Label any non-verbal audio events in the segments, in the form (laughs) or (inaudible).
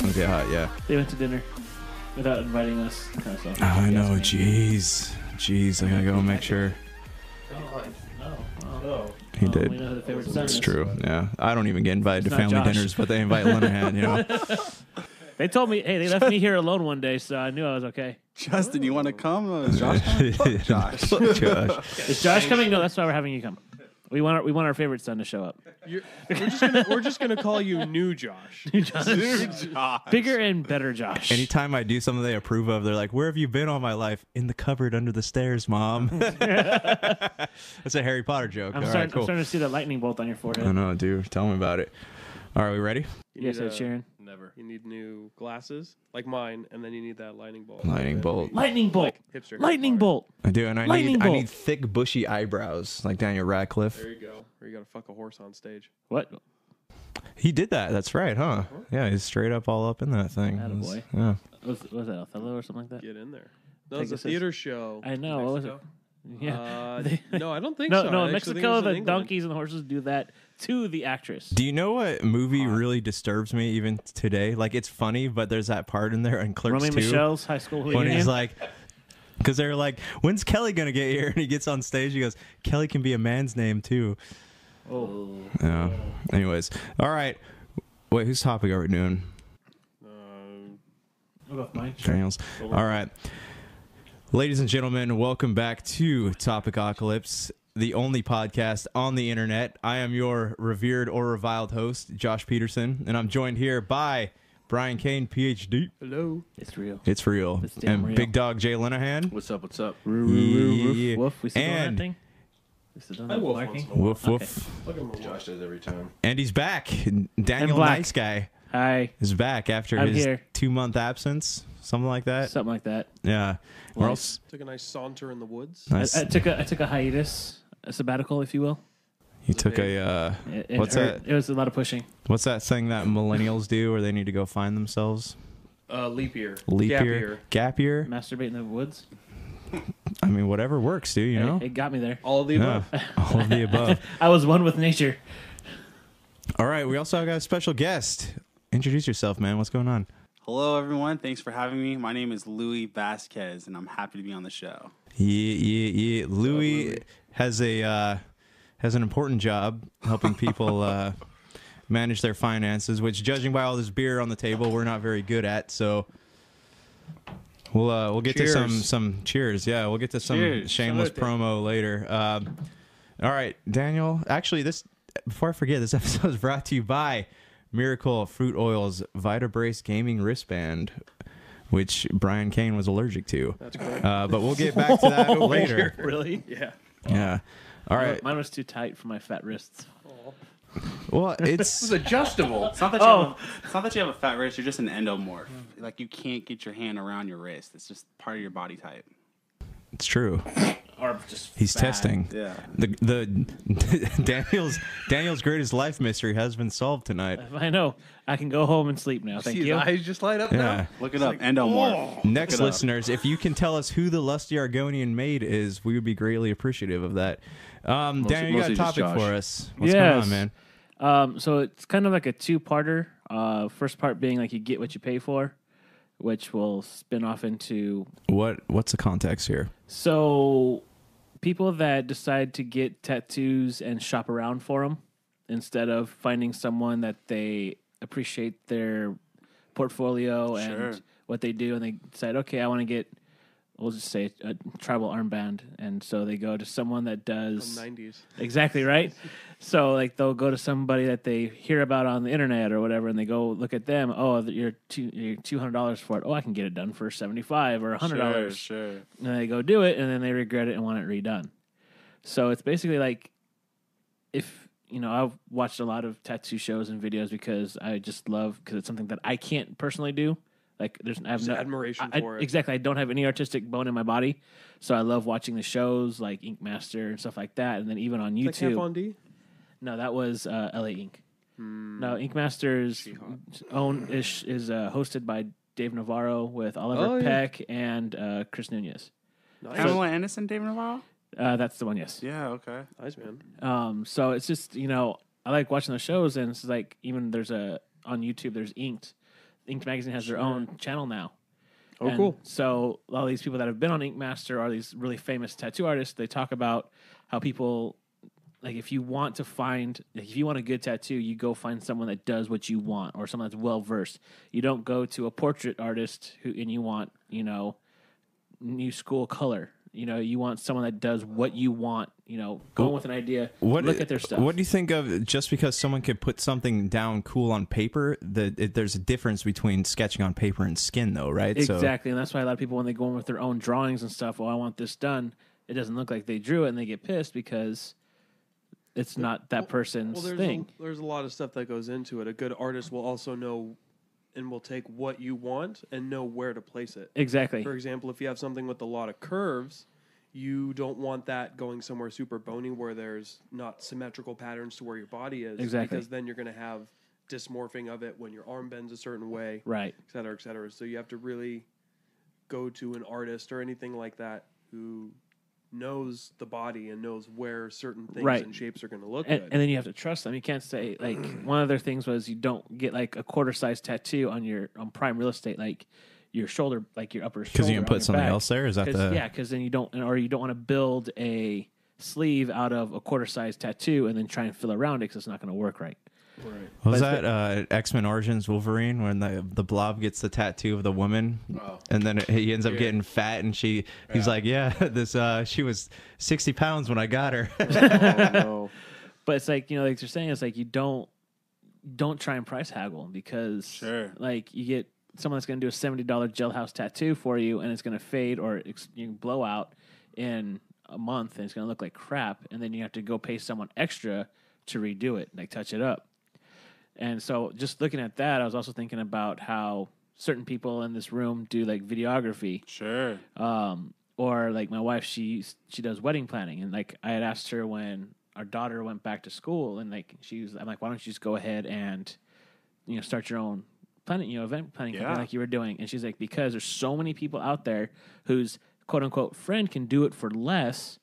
gonna get hot. Yeah. They went to dinner without inviting us. Kind of selfish, Oh, I guess, know. maybe. Jeez. Jeez. I gotta go make sure Oh, wow. he Well, did. We know who the favorite son It's is. true. Yeah. I don't even get invited It's to not family Josh. dinners, but they invite Lenahan, you (laughs) know. They told me, hey, they left me here alone one day, so I knew I was okay. Justin, you want to come? Uh, Josh, coming? Fuck Josh. Fuck Josh. Is Josh coming? No, that's why we're having you come. We want our, we want our favorite son to show up. You're, we're, just gonna, we're just gonna call you New Josh. Dude, Josh. Bigger and better Josh. Anytime I do something they approve of, they're like, Where have you been all my life? In the cupboard under the stairs, (laughs) mom. That's a Harry Potter joke. I'm, All starting, right, I'm cool. Um, starting to see that lightning bolt on your I forehead. know, dude. Tell me about it. All right, we ready? You Yes, need, Ed uh, Sheeran. Never. You need new glasses like mine, and then you need that lightning bolt. Lightning bolt. Lightning bolt. Hipster. Harry lightning Potter. bolt. I do, and I Lightning need I bolt. need thick, bushy eyebrows like Daniel Radcliffe. There you go. Or you gotta fuck a horse on stage. What? He did that. That's right, huh? Yeah, he's straight up all up in that thing. Attaboy. Yeah. Was, was that Othello or something like that? Get in there. That was a Pegasus. theater show. I know. What was it? (laughs) Yeah. Uh, They- no, I don't (laughs) think no, so. no. I In actually think it Mexico, was in the England. donkeys and the horses do that to the actress. Do you know what movie really disturbs me even today? Like it's funny, but there's that part in there in Clerks Romy 2 Michelle's high school when reunion. he's like, because they're like, when's Kelly gonna get here? (laughs) And he gets on stage, he goes, Kelly can be a man's name too. oh. Yeah. Anyways, all right. Wait, whose topic are we doing? Um, What about mine? Daniels. All right. Ladies and gentlemen, welcome back to Topicocalypse, the only podcast on the internet. I am your revered or reviled host, Josh Peterson, and I'm joined here by Brian Kane, PhD. hello. It's real. It's real. It's damn and real. Big Dog Jay Linehan. What's up? What's up? Yeah. Woof, woof. We still doing And- that thing? We still doing I that wolf barking? once Woof woof. Look at him. Josh does every time. And he's back. And Daniel black. Nice Guy Hi. is back after I'm his here. two month absence. Something like that. Something like that. yeah. Or else Took a nice saunter in the woods. I, nice. I took a I took a hiatus, a sabbatical, if you will. he took a uh, It, it What's hurt. that? It was a lot of pushing. What's that thing that millennials do where they need to go find themselves? Uh, leap year. Leap Gap year, gap year. Masturbate in the woods. I mean, whatever works, dude. You know, It, it got me there. All of the yeah, above. (laughs) all of the above. I was one with nature. All right, we also got a special guest. Introduce yourself, man. What's going on? Hello, everyone. Thanks for having me. My name is Louis Vasquez, and I'm happy to be on the show. Yeah, yeah, yeah. Louis has a uh, has an important job helping people uh, manage their finances, which, judging by all this beer on the table, we're not very good at. So. We'll, uh, we'll get Cheers. to some some cheers. Yeah, we'll get to some Cheers. shameless Salute. promo later. Um, all right, Daniel. Actually, this before I forget, this (laughs) episode is brought to you by Miracle Fruit Oils VitaBrace Gaming Wristband, which Brian Kane was allergic to. That's correct. Uh, but we'll get back to that later. Really? yeah. Yeah. All (laughs) right. Mine was too tight for my fat wrists. Well, This it's is (laughs) adjustable. It's not that you Oh. have a, it's not that you have a fat wrist. You're just an endomorph. Like you can't get your hand around your wrist. It's just part of your body type. it's true. Or just He's fat. testing. Yeah. The the (laughs) Daniel's Daniel's greatest life mystery has been solved tonight. I know. I can go home and sleep now. Thank See his you. eyes just light up Yeah. now. Look it up. endomorph. Next Look it up. listeners, if you can tell us who the lusty Argonian maid is, we would be greatly appreciative of that. Um, Daniel, you got a mostly just topic Josh. for us? What's going Yes. on, man? Um, so it's kind of like a two-parter. Uh, first part being like you get what you pay for, which will spin off into What What's the context here? So, people that decide to get tattoos and shop around for them instead of finding someone that they appreciate their portfolio and Sure. what they do, and they decide, okay, I want to get, we'll just say a tribal armband, and so they go to someone that Oh, does Nineties. exactly right. so like they'll go to somebody that they hear about on the internet or whatever, and they go look at them. Oh, you're two, you're two hundred dollars for it. Oh, I can get it done for seventy five or hundred dollars Sure, sure. and they go do it and then they regret it and want it redone. So it's basically like if you know, I've watched a lot of tattoo shows and videos because I just love because it's something that I can't personally do. Like there's I have Just no admiration I- I- for it. Exactly. I don't have any artistic bone in my body. So I love watching the shows like Ink Master and stuff like that. And then even on Like Camp YouTube. on D. no, that was uh, LA Ink. Hmm. No, Ink Master's own ish is uh, hosted by Dave Navarro with Oliver Oh, yeah. Peck and uh, Chris Nunez. Pamela Anderson, David Navarro. Uh, that's the one, yes. Yeah. Okay. Nice man. Um, so it's just you know I like watching those shows, and it's like even there's a on YouTube there's Inked Inked Magazine has their own channel now. Oh, And cool. So all these people that have been on Ink Master are these really famous tattoo artists. They talk about how people like if you want to find like, if you want a good tattoo, you go find someone that does what you want or someone that's well versed. You don't go to a portrait artist who and you want, you know, new school color. You know, you want someone that does what you want, you know, go in with an idea, What look at their stuff. What do you think of just because someone could put something down cool on paper? That it, there's a difference between sketching on paper and skin, though, right? So- Exactly, and that's why a lot of people when they go in with their own drawings and stuff, oh, I want this done. It doesn't look like they drew it, and they get pissed because it's not that person's Well, there's thing. A, there's a lot of stuff that goes into it. A good artist will also know and will take what you want and know where to place it. exactly. For example, if you have something with a lot of curves, you don't want that going somewhere super bony where there's not symmetrical patterns to where your body is. Exactly. Because then you're going to have dysmorphing of it when your arm bends a certain way, Right. et cetera, et cetera. So you have to really go to an artist or anything like that who knows the body and knows where certain things Right. and shapes are going to look And, (laughs) good. and then you have to trust them. You can't say (clears throat) like one of their things was you don't get like a quarter size tattoo on your on prime real estate like your shoulder like your upper shoulder Because you can on your put something back. else there. Is that 'Cause- the yeah because then you don't or you don't want to build a sleeve out of a quarter size tattoo and then try and fill around it because it's not going to work right. What was that uh, X Men Origins Wolverine when the the Blob gets the tattoo of the woman, and then he ends up getting fat, and she he's like, yeah, (laughs) this uh, she was sixty pounds when I got her. Oh, (laughs) But it's like you know, like you're saying, it's like you don't don't try and price haggle because Sure. like you get someone that's going to do a seventy dollar jailhouse tattoo for you, and it's going to fade or ex- you can blow out in a month, and it's going to look like crap, and then you have to go pay someone extra to redo it, like touch it up. And so, just looking at that, I was also thinking about how certain people in this room do like videography, Sure. um, or like my wife she she does wedding planning and like i had asked her when our daughter went back to school and like she was i'm like why don't you just go ahead and you know start your own planning you know event planning company Yeah. like you were doing and she's like because there's so many people out there whose quote unquote friend can do it for less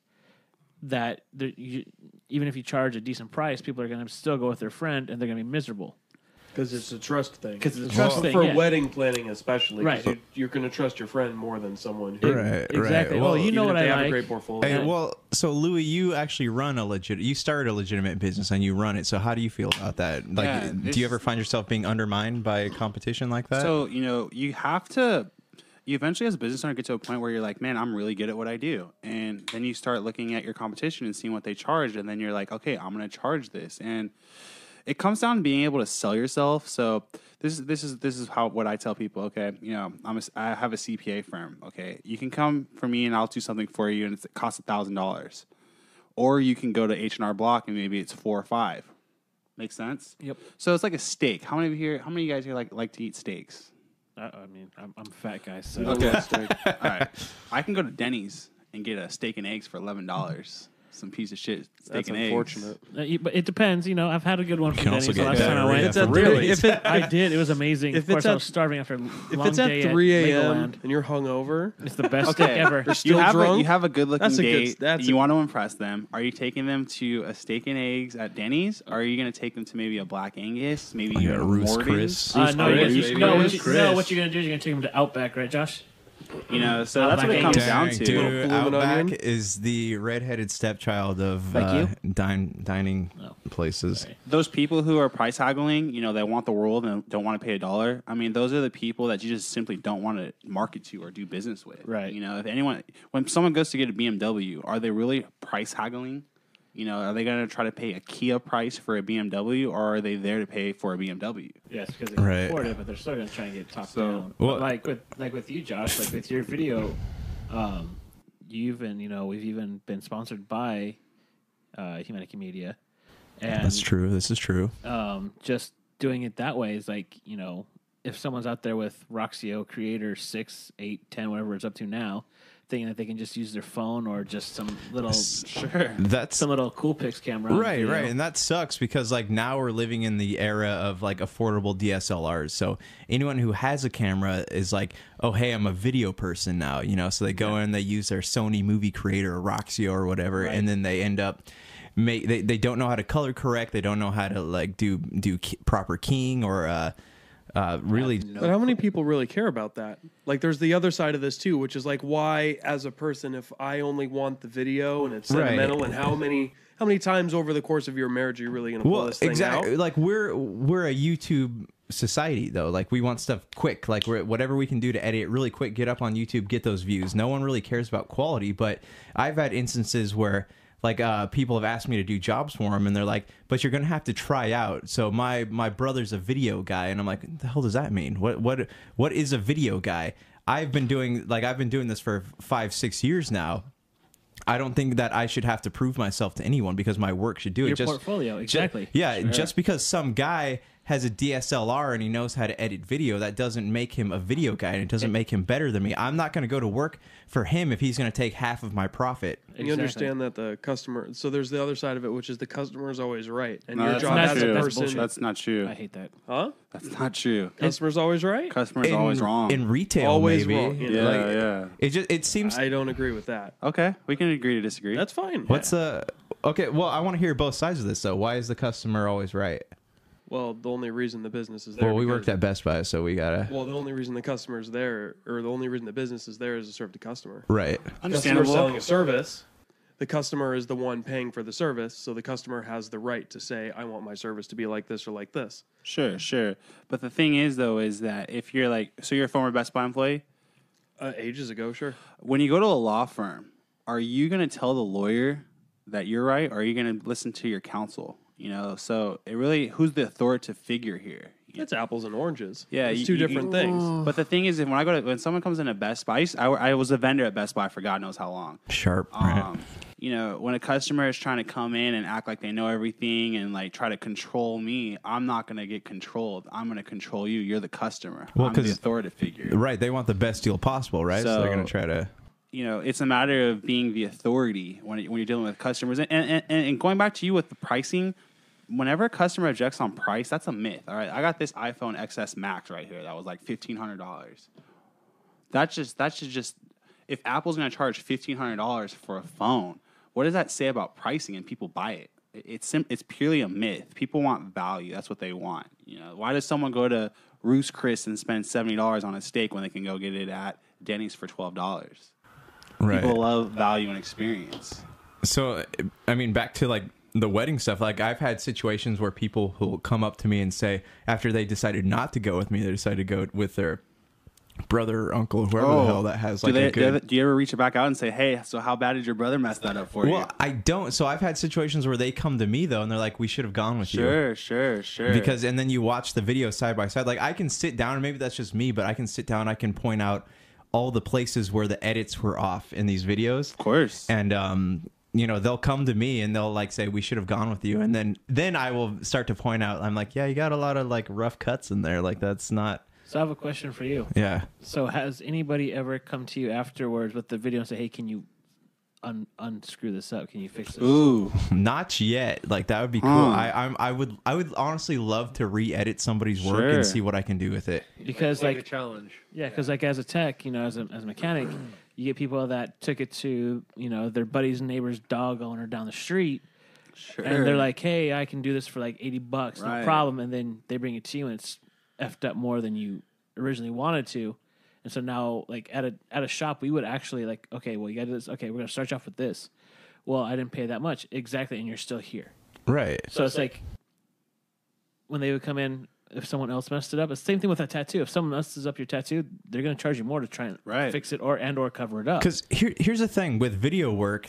that there, you, even if you charge a decent price people are going to still go with their friend and they're going to be miserable Because it's a trust thing. 'Cause it's a trust For- thing, for yeah. wedding planning, especially. Right. 'cause You, you're going to trust your friend more than someone who. exactly well, you even know if what they i have like a great portfolio. Hey, well, so Louis, you actually run a legit, you started a legitimate business and you run it. So how do you feel about that? Like, Yeah, do you this- ever find yourself being undermined by competition like that? So you know, you have to. You eventually, as a business owner, get to a point where you're like, "Man, I'm really good at what I do," and then you start looking at your competition and seeing what they charge, and then you're like, "Okay, I'm going to charge this." And it comes down to being able to sell yourself. So this is this is this is how what I tell people. Okay, you know, I'm a, I have a CPA firm. Okay, you can come for me and I'll do something for you, and it's, it costs a thousand dollars, or you can go to H and R Block and maybe it's four or five. Makes sense. Yep. So it's like a steak. How many of you here? How many of you guys here like like to eat steaks? I, I mean I'm, I'm a fat guy so (laughs) All right. I can go to Denny's and get a steak and eggs for eleven dollars. Some piece of shit steak That's and unfortunate. eggs. Uh, you- But it depends, you know. I've had a good one from can also Denny's the get last time I diarrhea went. It's at from three- Denny's. (laughs) if it- I did. It was amazing. If of course, it's I at- was starving after a long If it's day at 3 a.m. Legoland. and you're hungover, It's the best day ever. still you have A, drunk? you have a good looking That's a good- date. that's you a- want to impress them. Are you taking them to a steak and eggs at Denny's? Or are you going to take them to maybe a Black Angus? Maybe Like even a a Ruth's Morton's? Chris? Uh, no, Chris, you, baby. no, Who's what you, Chris? no, what you're gonna do is you're gonna take them to Outback, right, Josh? You know, so that's Black what it comes Angus. down Dang, to. dude, Blue and Outback onion? is the redheaded stepchild of Like uh, dine, dining Oh. places. Those people who are price haggling, you know, they want the world and don't want to pay a dollar. I mean, those are the people that you just simply don't want to market to or do business with. Right. You know, if anyone, when someone goes to get a BMW, are they really price haggling? You know, are they going to try to pay a Kia price for a BMW or are they there to pay for a BMW? Yes, because they can Right. afford it, but they're still gonna try and get talked So- down. Well- but like with like with you, Josh, like with your video, um, you've been you know we've even been sponsored by uh, Humanica Media, and That's true. This is true. um, just doing it that way is like you know if someone's out there with Roxio Creator six, eight, ten, whatever it's up to now, thinking that they can just use their phone or just some little some Sure. That's little cool pics camera, right you know? right and that sucks because like now we're living in the era of like affordable dslrs so anyone who has a camera is like oh hey i'm a video person now you know so they go in they use their sony movie creator or roxio or whatever and then they end up make they, they don't know how to color correct they don't know how to like do do key, proper keying or uh Uh, really, But how many people really care about that? Like, there's the other side of this too, which is like, why, as a person, if I only want the video and it's Right. sentimental, and how many how many times over the course of your marriage are you really going to pull well, this thing exactly. out? Like we're we're a YouTube society though. Like we want stuff quick. Like we're, whatever we can do to edit it really quick, get up on YouTube, get those views. No one really cares about quality, but I've had instances where like uh, people have asked me to do jobs for them, and they're like, "But you're gonna have to try out." So my my brother's a video guy, and I'm like, "What "The hell does that mean? What what what is a video guy?" I've been doing like I've been doing this for five six years now. I don't think that I should have to prove myself to anyone because my work should do it. Your Just portfolio, exactly. yeah, just because some guy has a DSLR and he knows how to edit video, that doesn't make him a video guy and it doesn't make him better than me. I'm not going to go to work for him if he's going to take half of my profit. And Exactly. you understand that the customer. So there's the other side of it, which is the customer is always right, and No, your that's job not as true. a That's person, bullshit. That's not true. I hate that. huh? That's not true. Customer's always right. Customer's In- always wrong. In retail, Always maybe. wrong, you yeah, Like, yeah. It just it seems I don't agree with that. Okay, we can agree to disagree. That's fine. what's the Okay, well, I want to hear both sides of this though. Why is the customer always right? well, the only reason the business is there. Well, we because- worked at Best Buy, so we got to Well, the only reason the customer's there, or the only reason the business is there, is to serve the customer. Right. customer selling understandable. a service, the customer is the one paying for the service, so the customer has the right to say, "I want my service to be like this or like this." Sure, sure. But the thing is, though, is that if you're like, so you're a former Best Buy employee, Uh, ages ago, sure. when you go to a law firm, are you going to tell the lawyer that you're right, or are you going to listen to your counsel? You know, so it really who's the authoritative figure here? You It's apples and oranges. Yeah, it's you- two you- different things. But the thing is, if when I go to when someone comes in at Best Buy, I, used- I, I was a vendor at Best Buy for God knows how long. Sharp. right. Um, you know, when a customer is trying to come in and act like they know everything and like try to control me, I'm not going to get controlled. I'm going to control you. You're the customer. Well, I'm the 'cause- authoritative figure. Right, they want the best deal possible, right? so they're So- going to try to You know, it's a matter of being the authority when, when you're dealing with customers. And, and, and, and going back to you with the pricing, whenever a customer objects on price, that's a myth. All right. I got this iPhone XS Max right here that was like $1,500. That's just that should just if Apple's going to charge fifteen hundred dollars for a phone, what does that say about pricing and people buy it? It- It's sim- it's purely a myth. People want value. That's what they want. You know, why does someone go to Roost Chris and spend seventy dollars on a steak when they can go get it at Denny's for twelve dollars? right. People love value and experience. Oh. a do, they, Oh. do good they- do you ever reach back out and say, "Hey, so how bad did your brother mess that up for you?" well i don't so i've had situations where they come to me though and they're like we should have gone with you Sure, sure, sure. because and then you watch the video side by side like i can sit down and maybe that's just me but i can sit down i can point out all the places where the edits were off in these videos of course, and um you know they'll come to me and they'll like say we should have gone with you and then then i will start to point out i'm like yeah you got a lot of like rough cuts in there like that's not So I have a question for you. yeah So has anybody ever come to you afterwards with the video and say, "Hey, can you un- unscrew this up? Can you fix this?" ooh, not yet like that would be cool Huh. i I'm, i would i would honestly love to re-edit somebody's work Sure. and see what i can do with it Because like a like challenge. Yeah, because like as a tech, you know, as a as a mechanic, (clears throat) you get people that took it to you know their buddy's neighbor's dog owner down the street, sure. and they're like, "Hey, I can do this for like eighty bucks, Right. no problem." And then they bring it to you, and it's effed up more than you originally wanted to, and so now like at a at a shop, we would actually like, okay, well you got to do this. Okay, we're gonna start you off with this. Well, I didn't pay that much exactly, and you're still here. right So it's like when they would come in, if someone else messed it up, it's the same thing with a tattoo. If someone messes up your tattoo, they're going to charge you more to try and Right. fix it or and or cover it up. because here, here's the thing with video work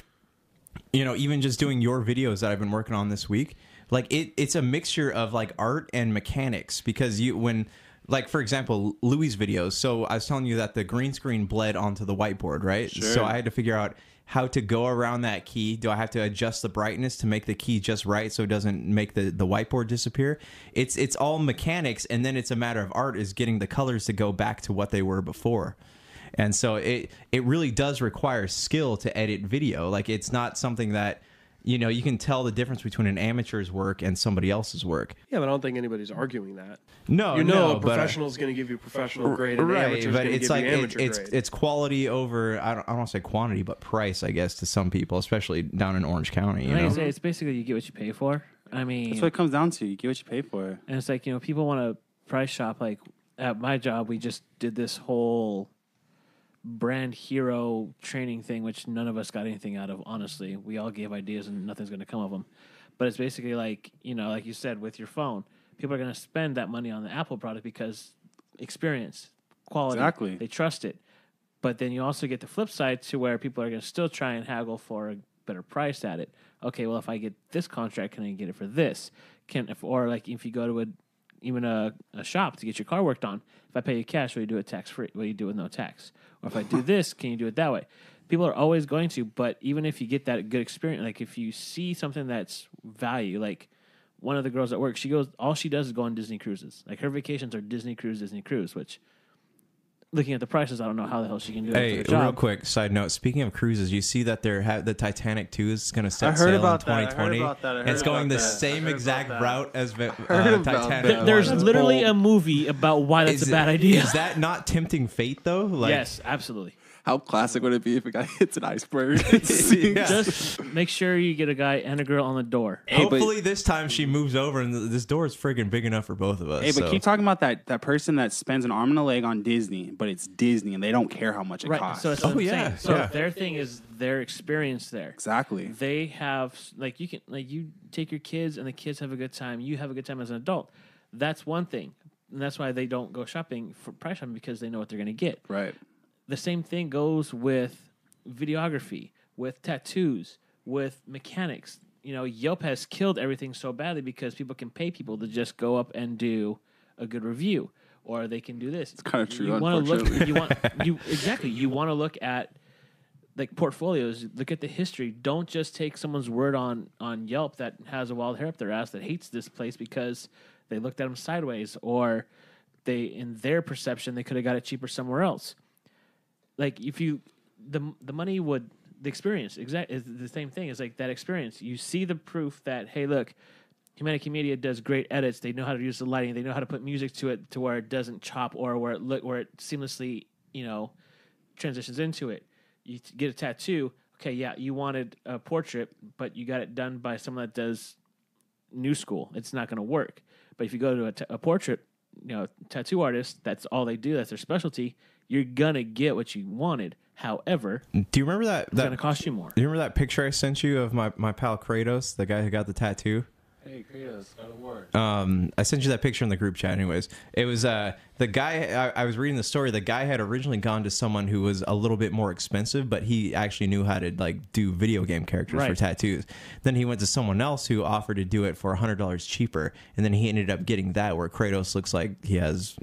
you know even just doing your videos that i've been working on this week like it, it's a mixture of like art and mechanics because you when like for example louis videos so i was telling you that the green screen bled onto the whiteboard right so i had to figure out how to go around that key do i have to adjust the brightness to make the key just right so it doesn't make the, the whiteboard disappear it's it's all mechanics and then it's a matter of art is getting the colors to go back to what they were before and so it it really does require skill to edit video like it's not something that you know you can tell the difference between an amateur's work and somebody else's work Yeah, but I don't think anybody's arguing that. Oh, no you know, no, a but, uh, professional's going to give you professional grade, and right amateur's but going to it's give like you it- amateur it's grade. it's quality over i don't, I don't want to say quantity but price i guess to some people especially down in orange county you And like know I say, it's basically you get what you pay for. I mean, That's what it comes down to. You get what you pay for. and it's like you know people want to price shop, like at my job, we just did this whole brand hero training thing, which none of us got anything out of. Honestly, we all gave ideas and nothing's going to come of them. But it's basically like you know, like you said, with your phone, people are going to spend that money on the Apple product because experience, quality, Exactly. they trust it. But then you also get the flip side to where people are going to still try and haggle for a better price at it. Okay, well, if I get this contract, can I get it for this? Can if or like if you go to a even a, a shop to get your car worked on, if I pay you cash, will you do it tax free? Will you do it with no tax? Or if I do this, can you do it that way? People are always going to, but even if you get that good experience, like if you see something that's value, like one of the girls at work, she goes, all she does is go on Disney cruises. Like her vacations are Disney cruise, Disney cruise, which looking at the prices, I don't know how the hell she can do it. Hey, for the job. real quick side note. Speaking of cruises, you see that they're ha- the Titanic two is going to I set heard sail in about that. I heard 2020. about that. I and it's heard going about the that. I same heard about exact that. route as (laughs) the heard uh, about Titanic. that. one. There's That's literally bold. a movie about why that's Is a it- bad idea. Is that not tempting fate though? Like, (laughs) (laughs) yes, absolutely. How classic would it be if a guy (laughs) hits an (laughs) iceberg? and (laughs) sinks? Yeah. Just make sure you get a guy and a girl on the door. Hey, but- Hopefully this time she moves over and th- this door is friggin' big enough for both of us. Hey, but so. keep talking about that that person that spends an arm and a leg on Disney, but it's Disney and they don't care how much it Right. costs. So it's Oh, oh, yeah, yeah. So yeah. their thing is their experience there. exactly. They have like you can like you take your kids and the kids have a good time. You have a good time as an adult. That's one thing, and that's why they don't go shopping for price shopping because they know what they're going to get. Right. The same thing goes with videography, with tattoos, with mechanics. You know, Yelp has killed everything so badly because people can pay people to just go up and do a good review, or they can do this. It's kinda true, You wanna look. unfortunately. You (laughs) want you exactly. You want to look at like portfolios. Look at the history. Don't just take someone's word on on Yelp that has a wild hair up their ass that hates this place because they looked at them sideways or they in their perception they could have got it cheaper somewhere else like if you the the money would the experience exact is the same thing it's like that experience you see the proof that hey look Humanica Media does great edits. They know how to use the lighting. They know how to put music to it to where it doesn't chop or where it look where it seamlessly you know transitions into it. You t- get a tattoo. Okay, yeah, you wanted a portrait, but you got it done by someone that does new school. It's not going to work. But if you go to a, t- a portrait, you know, tattoo artist, that's all they do. That's their specialty. You're gonna get what you wanted. However, it's do you remember that? that gonna cost you more. do you remember that picture I sent you of my, my pal Kratos, the guy who got the tattoo? Hey, Kratos, got a word. um, I sent you that picture in the group chat. Anyways, it was uh, the guy. I, I was reading the story. The guy had originally gone to someone who was a little bit more expensive, but he actually knew how to like do video game characters for Right. tattoos. Then he went to someone else who offered to do it for hundred dollars cheaper, and then he ended up getting that. Where Kratos looks like he has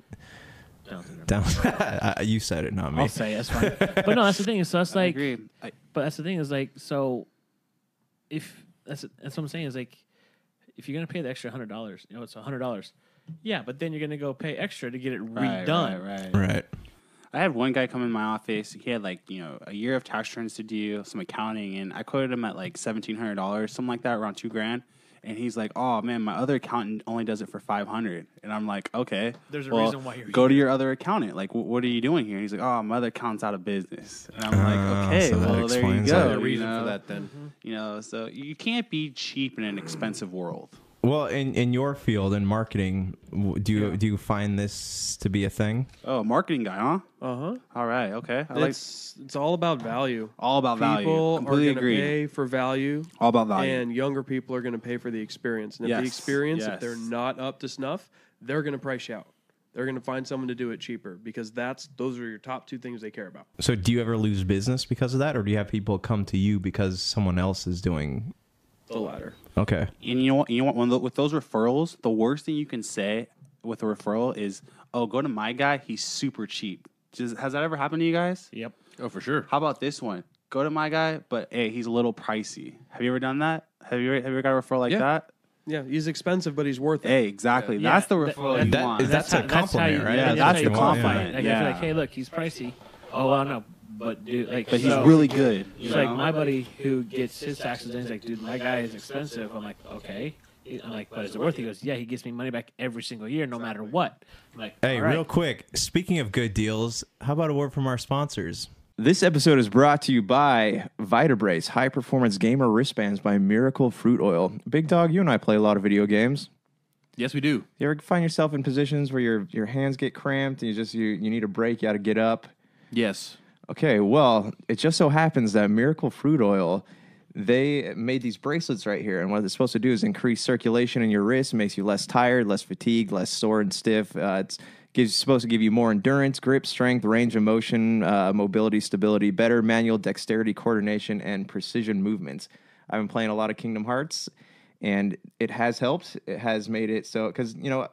down. (laughs) Uh, you said it, not me. I'll say that's fine. but no, that's the thing. So that's (laughs) I like, agree. I, but that's the thing is like, so if that's that's what I'm saying is like, if you're gonna pay the extra hundred dollars, you know, it's hundred dollars. Yeah, but then you're gonna go pay extra to get it right, redone. Right, right. Right. I had one guy come in my office. He had like you know a year of tax returns to do, some accounting, and I quoted him at like seventeen hundred dollars, something like that, around two grand. And he's like, "Oh man, my other accountant only does it for five hundred. And I'm like, "Okay, There's a well, reason why you're go to your other accountant. Like, wh- what are you doing here?" And he's like, "Oh, my other accountant's out of business." And I'm Ah, like, "Okay, so that well there you explains go." it. The you reason know? Mm-hmm. for that then. you know, so you can't be cheap in an expensive world. Well, in, in your field in marketing, w- do you do you find this to be a thing? Oh, marketing guy, huh? Uh huh. All right, okay. I like It's it's all about value. all about value. People Completely are going agree. to pay for value, all about value. and younger people are going to pay for the experience. And if Yes, the experience, yes. if they're not up to snuff, they're going to price you out. They're going to find someone to do it cheaper because that's those are your top two things they care about. So do you ever lose business because of that, or do you have people come to you because someone else is doing? The latter. Okay. And you know what? You know what? When tho- with those referrals, the worst thing you can say with a referral is, "Oh, go to my guy. He's super cheap." Does, has that ever happened to you guys? Yep. Oh, for sure. How about this one? Go to my guy, but hey, he's a little pricey. Have you ever done that? Have you ever, have you ever got a referral like Yeah. that? Yeah, he's expensive, but he's worth it. Hey, exactly. That's the Yeah, referral that- you that- want. is that- That's a compliment, how right? Yeah, how that's you the want it. compliment, Like, I feel yeah. like, hey, look, he's pricey. Oh, I don't know, but dude, like, but he's so- really good. you It's like know? my buddy who gets his taxes done. He's like, dude, my guy is expensive. I'm like, okay. I'm like, but is it worth it? He goes, yeah, he gets me money back every single year, no matter what. I'm like, Hey, all right. real quick. Speaking of good deals, how about a word from our sponsors? This episode is brought to you by Vitabrace, high performance gamer wristbands by Miracle Fruit Oil. Big Dog, you and I play a lot of video games. Yes, we do. You ever find yourself in positions where your your hands get cramped and you just you you need a break, you got to get up. Yes. Okay, well, it just so happens that Miracle Fruit Oil, they made these bracelets right here, and what it's supposed to do is increase circulation in your wrist, makes you less tired, less fatigued, less sore and stiff. Uh, it's gives supposed to give you more endurance, grip, strength, range of motion, uh, mobility, stability, better manual dexterity, coordination, and precision movements. I've been playing a lot of Kingdom Hearts, and it has helped. It has made it so because you know I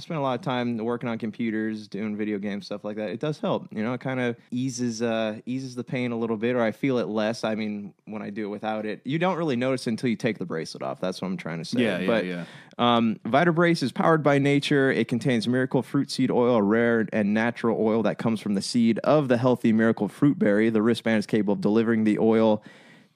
spend a lot of time working on computers, doing video games, stuff like that. It does help, you know. It kind of eases uh, eases the pain a little bit, or I feel it less. I mean, when I do it without it, you don't really notice until you take the bracelet off. That's what I'm trying to say. Yeah, yeah, but, yeah. Um, Vitabrace is powered by nature. It contains miracle fruit seed oil, a rare and natural oil that comes from the seed of the healthy miracle fruit berry. The wristband is capable of delivering the oil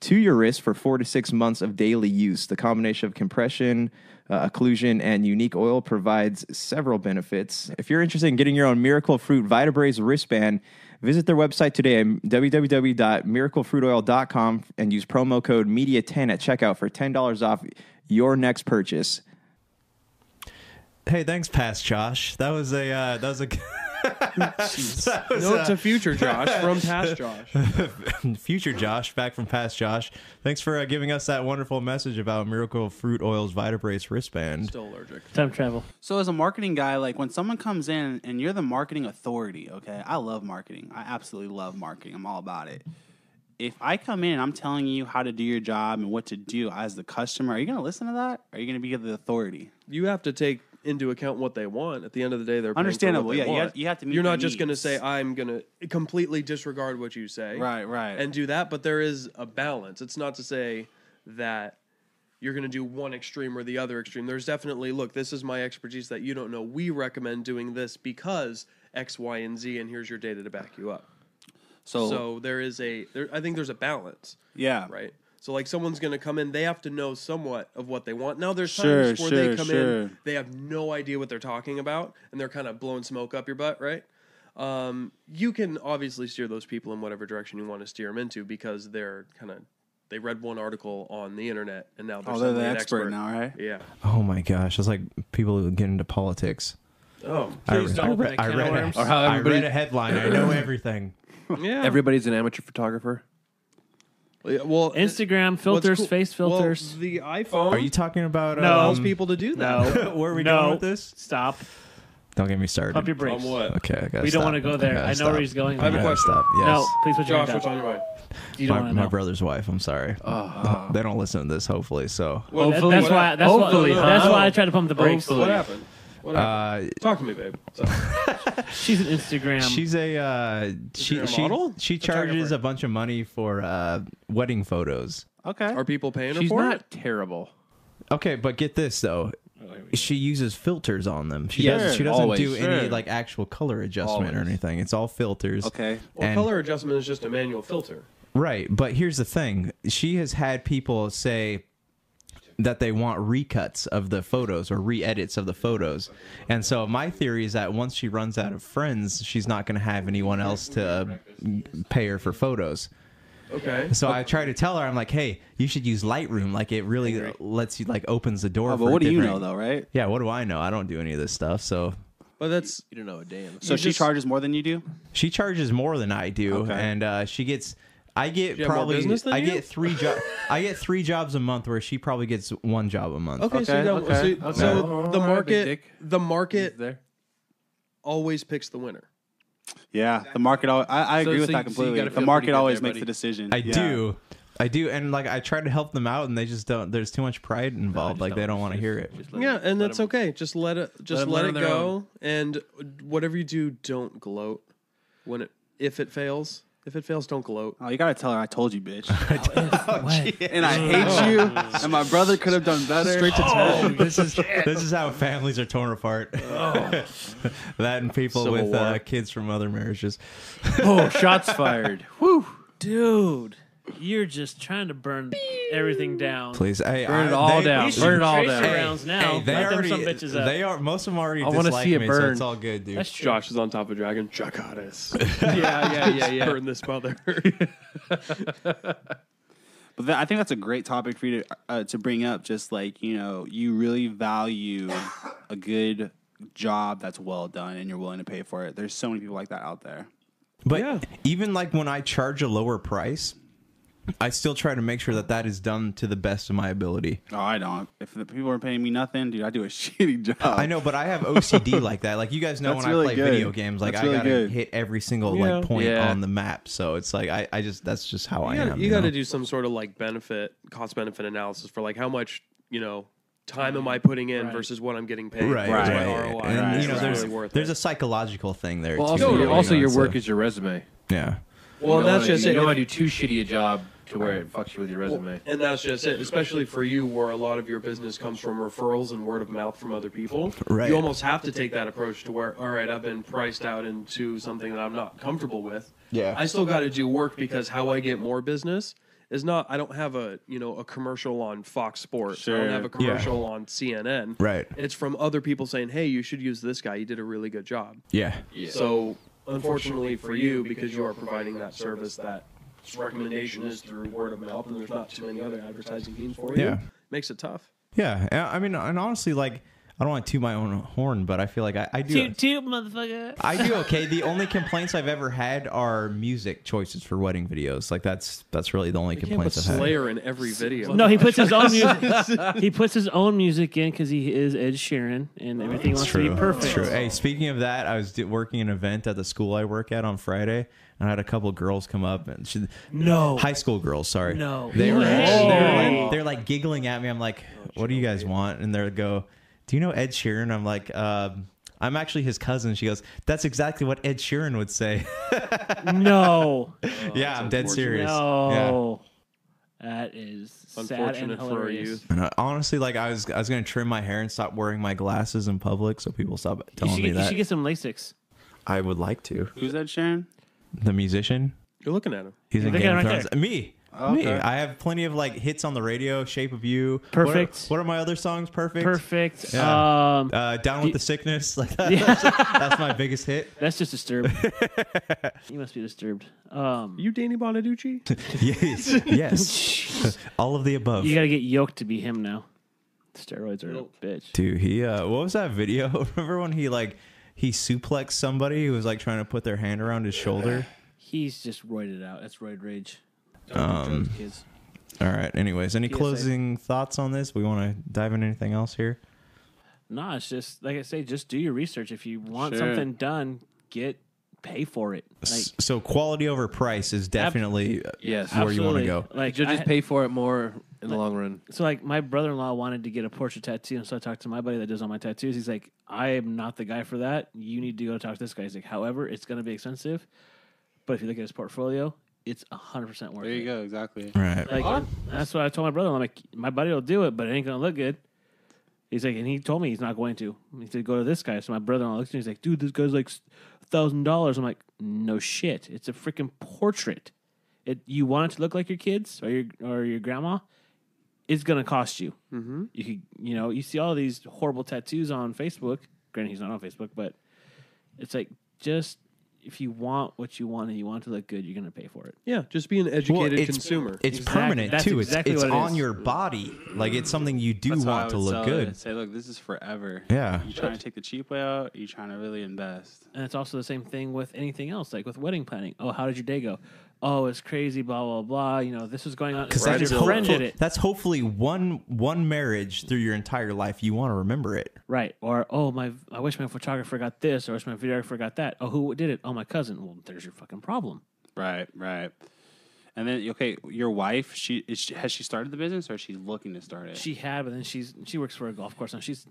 to your wrist for four to six months of daily use. The combination of compression, uh, occlusion, and unique oil provides several benefits. If you're interested in getting your own Miracle Fruit Vitabraze wristband, visit their website today at www.miraclefruitoil.com and use promo code MEDIA10 at checkout for $10 off your next purchase. Hey, thanks, past Josh. That was a uh, that was a (laughs) that was Note to future Josh from (laughs) past Josh. a future Josh back from past Josh. Thanks for uh, giving us that wonderful message about Miracle Fruit Oil's Vitabrace wristband. Still allergic. Time travel. So as a marketing guy, like when someone comes in and you're the marketing authority, okay? I love marketing. I absolutely love marketing. I'm all about it. If I come in and I'm telling you how to do your job and what to do as the customer, are you going to listen to that? Are you going to be the authority? You have to take into account what they want. At the end of the day, they're paying for what Understandable, they yeah, you want. have- you have to meet You're their not just going to needs. say I'm going to completely disregard what you say, Right, right. and do that. But there is a balance. It's not to say that you're going to do one extreme or the other extreme. There's definitely look. This is my expertise that you don't know. We recommend doing this because X, Y, and Z, and here's your data to back you up. so, So there is a. There, I think there's a balance yeah. right? So like someone's going to come in, they have to know somewhat of what they want. Now there's Sure, times where sure, they come sure. in, they have no idea what they're talking about, and they're kind of blowing smoke up your butt, right? Um, you can obviously steer those people in whatever direction you want to steer them into because they're kind of they read one article on the internet and now they're, Oh, they're the suddenly an expert, now, right? (laughs) Yeah. Oh my gosh, it's like people who get into politics. Oh, Please don't open a I can of read, worms. a, Or how I everybody- read a headline. I (coughs) know everything. yeah. Everybody's an amateur photographer. Yeah, well, Instagram what's filters, cool- face filters. Well, the iPhone Are you talking about No. um, allows people to do that. (laughs) no. Where are we no. going with this? Stop. Don't get me started. Pump your brakes. Okay, I gotta We don't stop. want to go there. gotta I know stop. where he's going. I have a gotta question. Stop. Yes. No, please put your Josh, hand what's up. on your mind? You don't my, want to my know. Oh. brother's wife. I'm sorry. (laughs) they don't listen to this, hopefully. So, Well, That- that's why. That's Hopefully, why. huh? That's why I tried to pump the brakes. Oh, what happened? What happened? uh, Talk to me, babe. So- She's an Instagram. she's a uh, (laughs) she a she model? she charges Photographer. a bunch of money for uh, wedding photos. Okay. Are people paying her She's for it? not terrible. Okay, but get this though. She uses filters on them. She Sure, doesn't. She doesn't always, do any sure. like actual color adjustment or Always. anything. It's all filters. Okay. Well, And- color adjustment is just a manual filter. Right, but here's the thing. She has had people say that they want recuts of the photos or re-edits of the photos. And so my theory is that once she runs out of friends, she's not going to have anyone else to uh, pay her for photos. Okay. So I try to tell her I'm like, "Hey, you should use Lightroom. Like it really lets you like opens the door Oh, for but what do you know different- though, right? Yeah, what do I know? I don't do any of this stuff. So But that's You don't know a damn. So You she just- charges more than you do? She charges more than I do, Okay. and uh, she gets. I get She had more probably. business than I you? get three jobs. I get three jobs a month, where she probably gets one job a month. okay. so Okay, that, okay, so, okay. so All right, the big market, dick. the market there. always picks the winner. Yeah. The market al I, I So- agree with so you- so you that gotta completely. feel the pretty market good there, always makes buddy. the decision. I Yeah. do, I do, and like I try to help them out, and they just don't. There's too much pride involved. like they don't want to hear it. Yeah, and that's okay. Just let it, just them let, learn it their go, and whatever you do, don't gloat. When it, if it fails, if it fails, don't gloat. Oh, you gotta tell her I told you, bitch. (laughs) and I hate you. (laughs) And my brother could have done better. Straight to this is this is how families are (laughs) torn apart. that and people Oh. Civil with uh, war. kids from other marriages. Oh, shots (laughs) fired. Whew. Dude, you're just trying to burn everything down. Please, hey, Burn it I- all they- down. You should Burn it all trace down. your rounds now. Hey, they Let them already, some bitches up. they are most of them already. wanna dislike see it me, So burn. it's all good, dude. That's true. Josh is on top of dragon. Draconis. (laughs) (laughs) Yeah, yeah, yeah, yeah. Burn this mother. But that, I think that's a great topic for you to uh, to bring up. Just like you know, you really value a good job that's well done, and you're willing to pay for it. There's so many people like that out there. But even like when I charge a lower price, I still try to make sure that that is done to the best of my ability. Oh, I don't. If the people are paying me nothing, dude, I do a (laughs) shitty job. I know, but I (laughs) have OCD like that. Like you guys know That's when I really play good. video games, like That's I really gotta good. hit every single Yeah. like point Yeah. on the map. So it's like I, I just that's just how I You gotta, am. you you gotta know? do some sort of like benefit, cost benefit analysis for like how much, you know, time am I putting in Right. versus what I'm getting paid. right, What's right, my right. ROI? And Is you know, this there's really worth there's it? a psychological thing there. Well, too, also, you know, also your so- work is your resume. yeah. well, You that's don't just wanna- it. You don't want to do too shitty a job to where it fucks you with your resume. And that's just it, especially for you, where a lot of your business comes from referrals and word of mouth from other people. Right. You almost have to take that approach to where, all right, I've been priced out into something that I'm not comfortable with. Yeah. I still got to do work because how I get more business is not. I don't have a you know a commercial on Fox Sports. I Sure. don't have a commercial on CNN. Right. It's from other people saying, hey, you should use this guy. He did a really good job. Yeah. So, unfortunately for you, because you are providing that service, that recommendation is through word of mouth, and there's not too many other advertising teams for you. Yeah. Makes it tough. Yeah. And I mean and honestly, like I don't want to toot my own horn, but I feel like I, I do Toot toot, motherfucker. I do okay. The only complaints I've ever had are music choices for wedding videos. Like that's that's really the only complaints I've had. Slayer in every video. No, he puts his (laughs) own music. he puts his own music in because he is Ed Sheeran, and everything wants to be perfect. It's true. Hey, speaking of that, I was do- working an event at the school I work at on Friday, and I had a couple girls come up and she, No, high school girls. Sorry, No. they were Hey. they're like, they're like giggling at me. I'm like, what do you guys want? And they go, do you know Ed Sheeran? I'm like, um, I'm actually his cousin. She goes, that's exactly what Ed Sheeran would say. (laughs) (laughs) no, yeah, I'm dead serious. Yeah. no. That is sad and Unfortunate for a hilarious. youth. And I- honestly, like I was, I was gonna trim my hair and stop wearing my glasses in public, so people stop You telling should, me get, you that. should get some Lasix. I would like to. Who's that, Sharon? The musician, You're looking at him. he's in Look at Game him of right Thrones. Me, me. okay. I have plenty of like hits on the radio. Shape of You. What are- Perfect. What are, my other songs? Perfect. Perfect. Yeah. Um, Uh, Down with the sickness. (laughs) Like that, that's my biggest hit. (laughs) that's just (laughs) disturbed. you must be disturbed. Um, You Danny Bonaducci? Yes, yes. (laughs) All of the above. you got to get yoked to be him now. Steroids are a bitch. Dude, he. Uh, what was that video? (laughs) Remember when he like he suplexed somebody who was like trying to put their hand around his shoulder? He's just roided out. That's roid rage. Don't Um, do drugs, kids. All right. Anyways, any PSA. closing thoughts on this? We want to dive into anything else here. No, it's just like I say, just do your research. If you want Sure. something done, get pay for it. Like S- so quality over price is definitely uh, Yes. where you want to absolutely. go. Like You'll just I- pay for it more in the long run. So like my brother in law wanted to get a portrait tattoo, and so I talked to my buddy that does all my tattoos. He's like, I am not the guy for that. You need to go talk to this guy. He's like, however, it's gonna be expensive. But if you look at his portfolio, it's hundred percent worth There you it. go. Exactly. Right. Like that's what I told my brother. I'm like, my buddy will do it, but it ain't gonna look good. He's like, and he told me he's not going to. He said, go to this guy. So my brother in law looks at me. He's like, dude, this guy's like thousand dollars. I'm like, no shit, it's a freaking portrait. It you want it to look like your kids or your or your grandma, it's gonna cost you. Mm-hmm. You could, you know, you see all these horrible tattoos on Facebook. Granted, he's not on Facebook, but it's like just if you want what you want and you want it to look good, you're gonna pay for it. Yeah, just be an Well, educated consumer. It's Exactly. permanent That's too. exactly it's it's what it on is. your body. Like it's something you do That's how uh, I want to would look sell it. good. Say, look, this is forever. Yeah. You trying to take the cheap way out? Or you trying to really invest? And it's also the same thing with anything else, like with wedding planning. Oh, how did your day go? Oh, it's crazy, blah blah blah. You know, this was going on. Because Right. that's, your friend hopeful- did it, that's hopefully one one marriage through your entire life. You want to remember it. right? Or oh, my, I wish my photographer got this, or I wish my videographer got that. Oh, who did it? Oh, my cousin. Well, there's your fucking problem. Right. Right. And then, okay, your wife, she, is she has she started the business or is she looking to start it? She had, but then she's she works for a golf course now. She's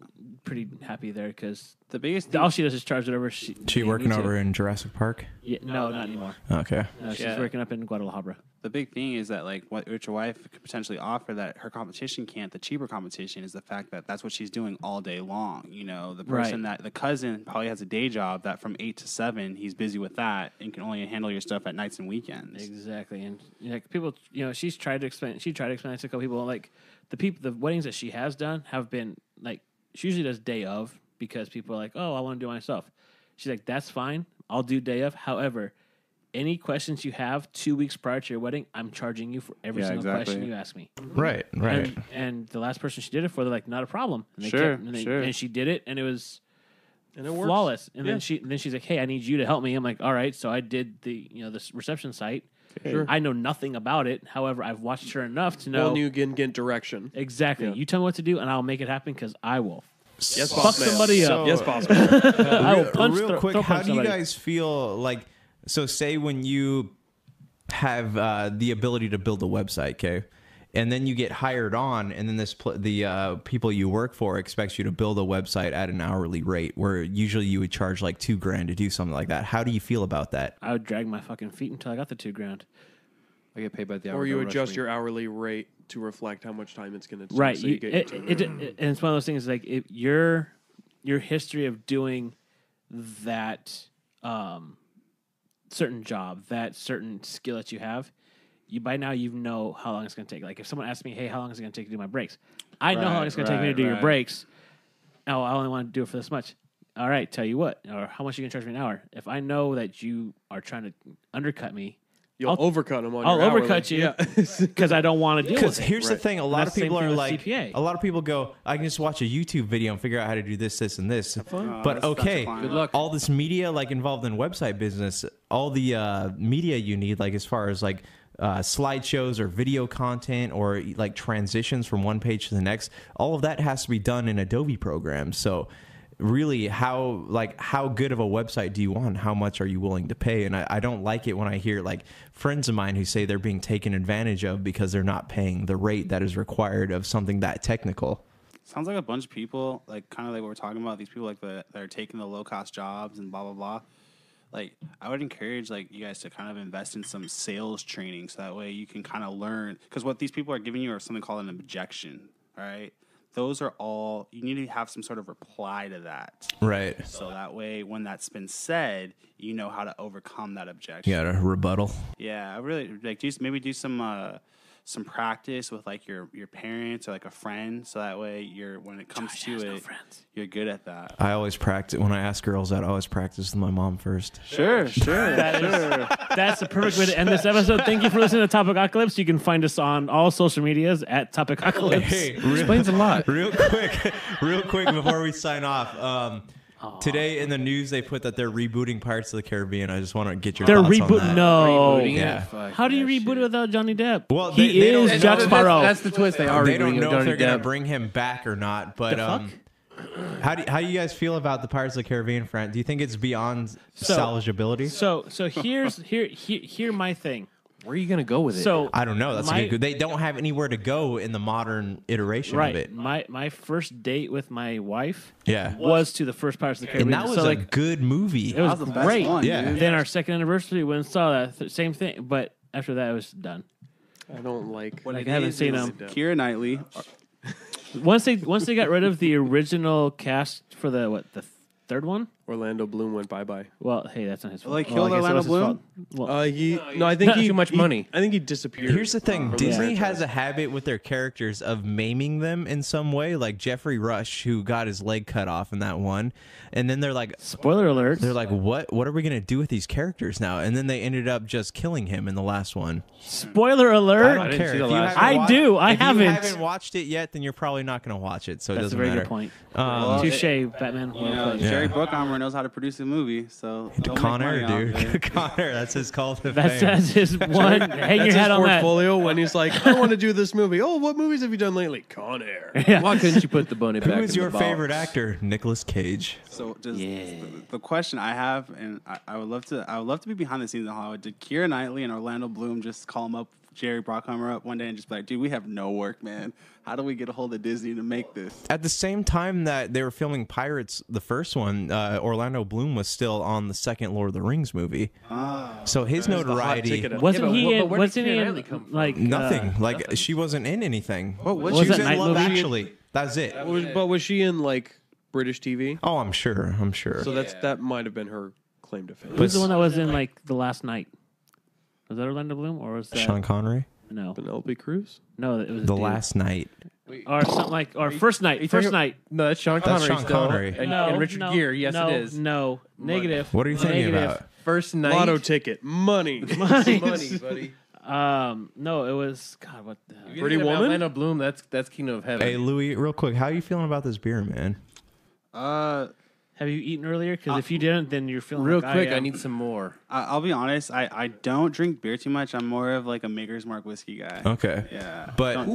pretty happy there because the biggest thing all she does is charge whatever she. She they working need to. over in Jurassic Park. Yeah, no, not anymore. Okay. No, she's Yeah. working up in Guadalajara. the big thing is that like what what your wife could potentially offer that her competition can't the cheaper competition is the fact that that's what she's doing all day long you know the person that the cousin probably has a day job that from 8 to 7 he's busy with that and can only handle your stuff at nights and weekends Exactly, and like people, you know, she's tried to explain. She tried to explain it to a couple people. Like the people, the weddings that she has done have been like she usually does day of because people are like, "Oh, I want to do it myself." She's like, "That's fine. I'll do day of." However, any questions you have two weeks prior to your wedding, I'm charging you for every Yeah, single exactly. question you ask me. Right, right. And, and the last person she did it for, they're like, not a problem. And they Sure, kept- and they- sure. And she did it, and it was and it works. flawless. And Yeah. then she, and then she's like, hey, I need you to help me. I'm like, all right. So I did the, you know, this reception site. Sure. I know nothing about it. However, I've watched her enough to know Well, you can get direction. exactly. You tell me what to do, and I'll make it happen because I will. Yes, Fuck boss man. somebody up. Yes, boss man. I will Real- punch real thro- quick. throw how punch do you somebody. guys feel like? So say when you have uh, the ability to build a website, okay, and then you get hired on, and then this pl- the uh, people you work for expects you to build a website at an hourly rate, where usually you would charge like two grand to do something like that. How do you feel about that? I would drag my fucking feet until I got the two grand. I get paid by the hour. or you don't rush adjust me. your hourly rate to reflect how much time it's going to take. right So you- you get your it, time. it, it- and it's one of those things like it, your your history of doing that um certain job that certain skill that you have you by now you know how long it's going to take like if someone asks me hey how long is it going to take to do my breaks i know how long Right, it's going to take me to right, do your right. breaks oh i only want to do it for this much all right tell you what or how much you going to charge me an hour if i know that you are trying to undercut me You'll I'll- overcut them on i'll your hourly. overcut you Yeah. (laughs) because i don't (laughs) want to deal Because with it here's the thing: a lot that's of the same people thing are with like, CPA. a lot of people go, "I can just watch a YouTube video and figure out how to do this, this, and this." but that's- that's okay, fine. Good luck. all this media like involved in website business, all the uh, media you need, like as far as like uh, slideshows or video content or like transitions from one page to the next, all of that has to be done in Adobe programs. So really how like how good of a website do you want how much are you willing to pay and I, I don't like it when i hear like friends of mine who say they're being taken advantage of because they're not paying the rate that is required of something that technical Sounds like a bunch of people, like kind of like what we're talking about. These people like the, that are taking the low cost jobs and blah blah blah. Like I would encourage like you guys to kind of invest in some sales training so that way you can kind of learn because what these people are giving you are something called an objection. All right, those are all you need to have some sort of reply to that. right So that way, when that's been said, you know how to overcome that objection. yeah a rebuttal Yeah, I really like do maybe do some uh some practice with like your your parents or like a friend, so that way you're when it comes to it, you're good at that. I always practice when I ask girls out. I always practice with my (laughs) mom first. Sure, sure. That is- that's the perfect way to end this episode. Thank you for listening to Topicocalypse. You can find us on all social medias at Topicocalypse. explains a lot. real quick, (laughs) real quick before we sign off. Um, today in the news, they put that they're rebooting Pirates of the Caribbean. I just want to get your They're thoughts on rebooting. that. No. Rebooting it? Yeah. Fuck How do you that reboot shit. it without Johnny Depp? Well, he they- they don't- is and Jack that's- Sparrow. That's the twist. They are They rebooting don't it know with if they're Johnny going to Depp. bring him back or not. But The um, how do how do you guys feel about the Pirates of the Caribbean? Friend, do you think it's beyond So- salvageability? so so here's here, here here my thing. Where are you gonna go with it? So I don't know. That's my- a good. They don't have anywhere to go in the modern iteration right. of it. My my first date with my wife Yeah. was to the first Pirates of the Caribbean. And that was so a like good movie. it was, was the best great. one, Yeah. dude. Then our second anniversary we saw that th- same thing, but after that it was done. I don't like. Like I haven't seen them. Kira Knightley. uh, once they once they got rid of the original cast for the what the third one. Orlando Bloom went bye bye. Well, hey, that's not his fault. Like Well, killed I guess it Orlando was his Bloom? fault. Well, Uh, he, no, I think Not he too much he- money. I think he disappeared. Here's the thing: Disney franchise. has a habit with their characters of maiming them in some way, like Jeffrey Rush, who got his leg cut off in that one, and then they're like, spoiler alert. they're like, what, what are we gonna do with these characters now? And then they ended up just killing him in the last one. spoiler I alert. don't didn't care. see the If you last haven't one. I do. I if you haven't. haven't watched it yet, then you're probably not gonna watch it. So it That's a doesn't very matter. good point. Um, Touche, Batman. Well You know, played. Jerry Bruckheimer knows how to produce a movie, so they'll make Con Air, money off it. (laughs) dude. Con Air. That's his call (laughs) to That's fame. that's his one. Hang your That's his hat on that. portfolio when he's like, I want to do this movie. Oh, what movies have you done lately? Con (laughs) Air. why couldn't you put the bunny back? Who is in your the box? favorite actor? Nicolas Cage. So (laughs) just the, the question I have, and I, I would love to, I would love to be behind the scenes in Hollywood. Did Kira Knightley and Orlando Bloom just call him up, Jerry Bruckheimer up one day, and just be like, "Dude, we have no work, man. How do we get a hold of Disney to make this?" At the same time that they were filming Pirates, the first one, uh, Orlando Bloom was still on the second Lord of the Rings movie. so his notoriety, ticket. Wasn't Yeah, but he? wh- but in, where did wasn't he Keira in Knightley come from? like nothing. uh, like she wasn't in anything. was she she was in? in Night Love Movie? Actually. That's it. Was- but was she in like British TV? Oh, I'm sure. I'm sure. So that's that might have been her claim to fame. who's the one that was in like the last night? Was that Orlando Bloom or was that Sean Connery. no Penelope Cruz. no? It was a The dude. last night. or something like or first Are you night. talking- First night. No, that's Sean Connery. That's Sean still. Connery. And, no, and Richard no, Gere. Yes, no, it is. No, negative. What are you thinking negative. about? first night. Lotto ticket, (laughs) money, Money. money, buddy. Um, no, it was God. What the hell? If you're Pretty thinking about Woman? Orlando Bloom. That's that's Kingdom of Heaven. Hey Louis, real quick, how you feeling about this beer, man? Uh, Have you eaten earlier? Because if Uh, you didn't, then you're feeling Real like quick, I, am. need some more. I, I'll be honest. I, I don't drink beer too much. I'm more of like a Maker's Mark whiskey guy. Okay. Yeah. But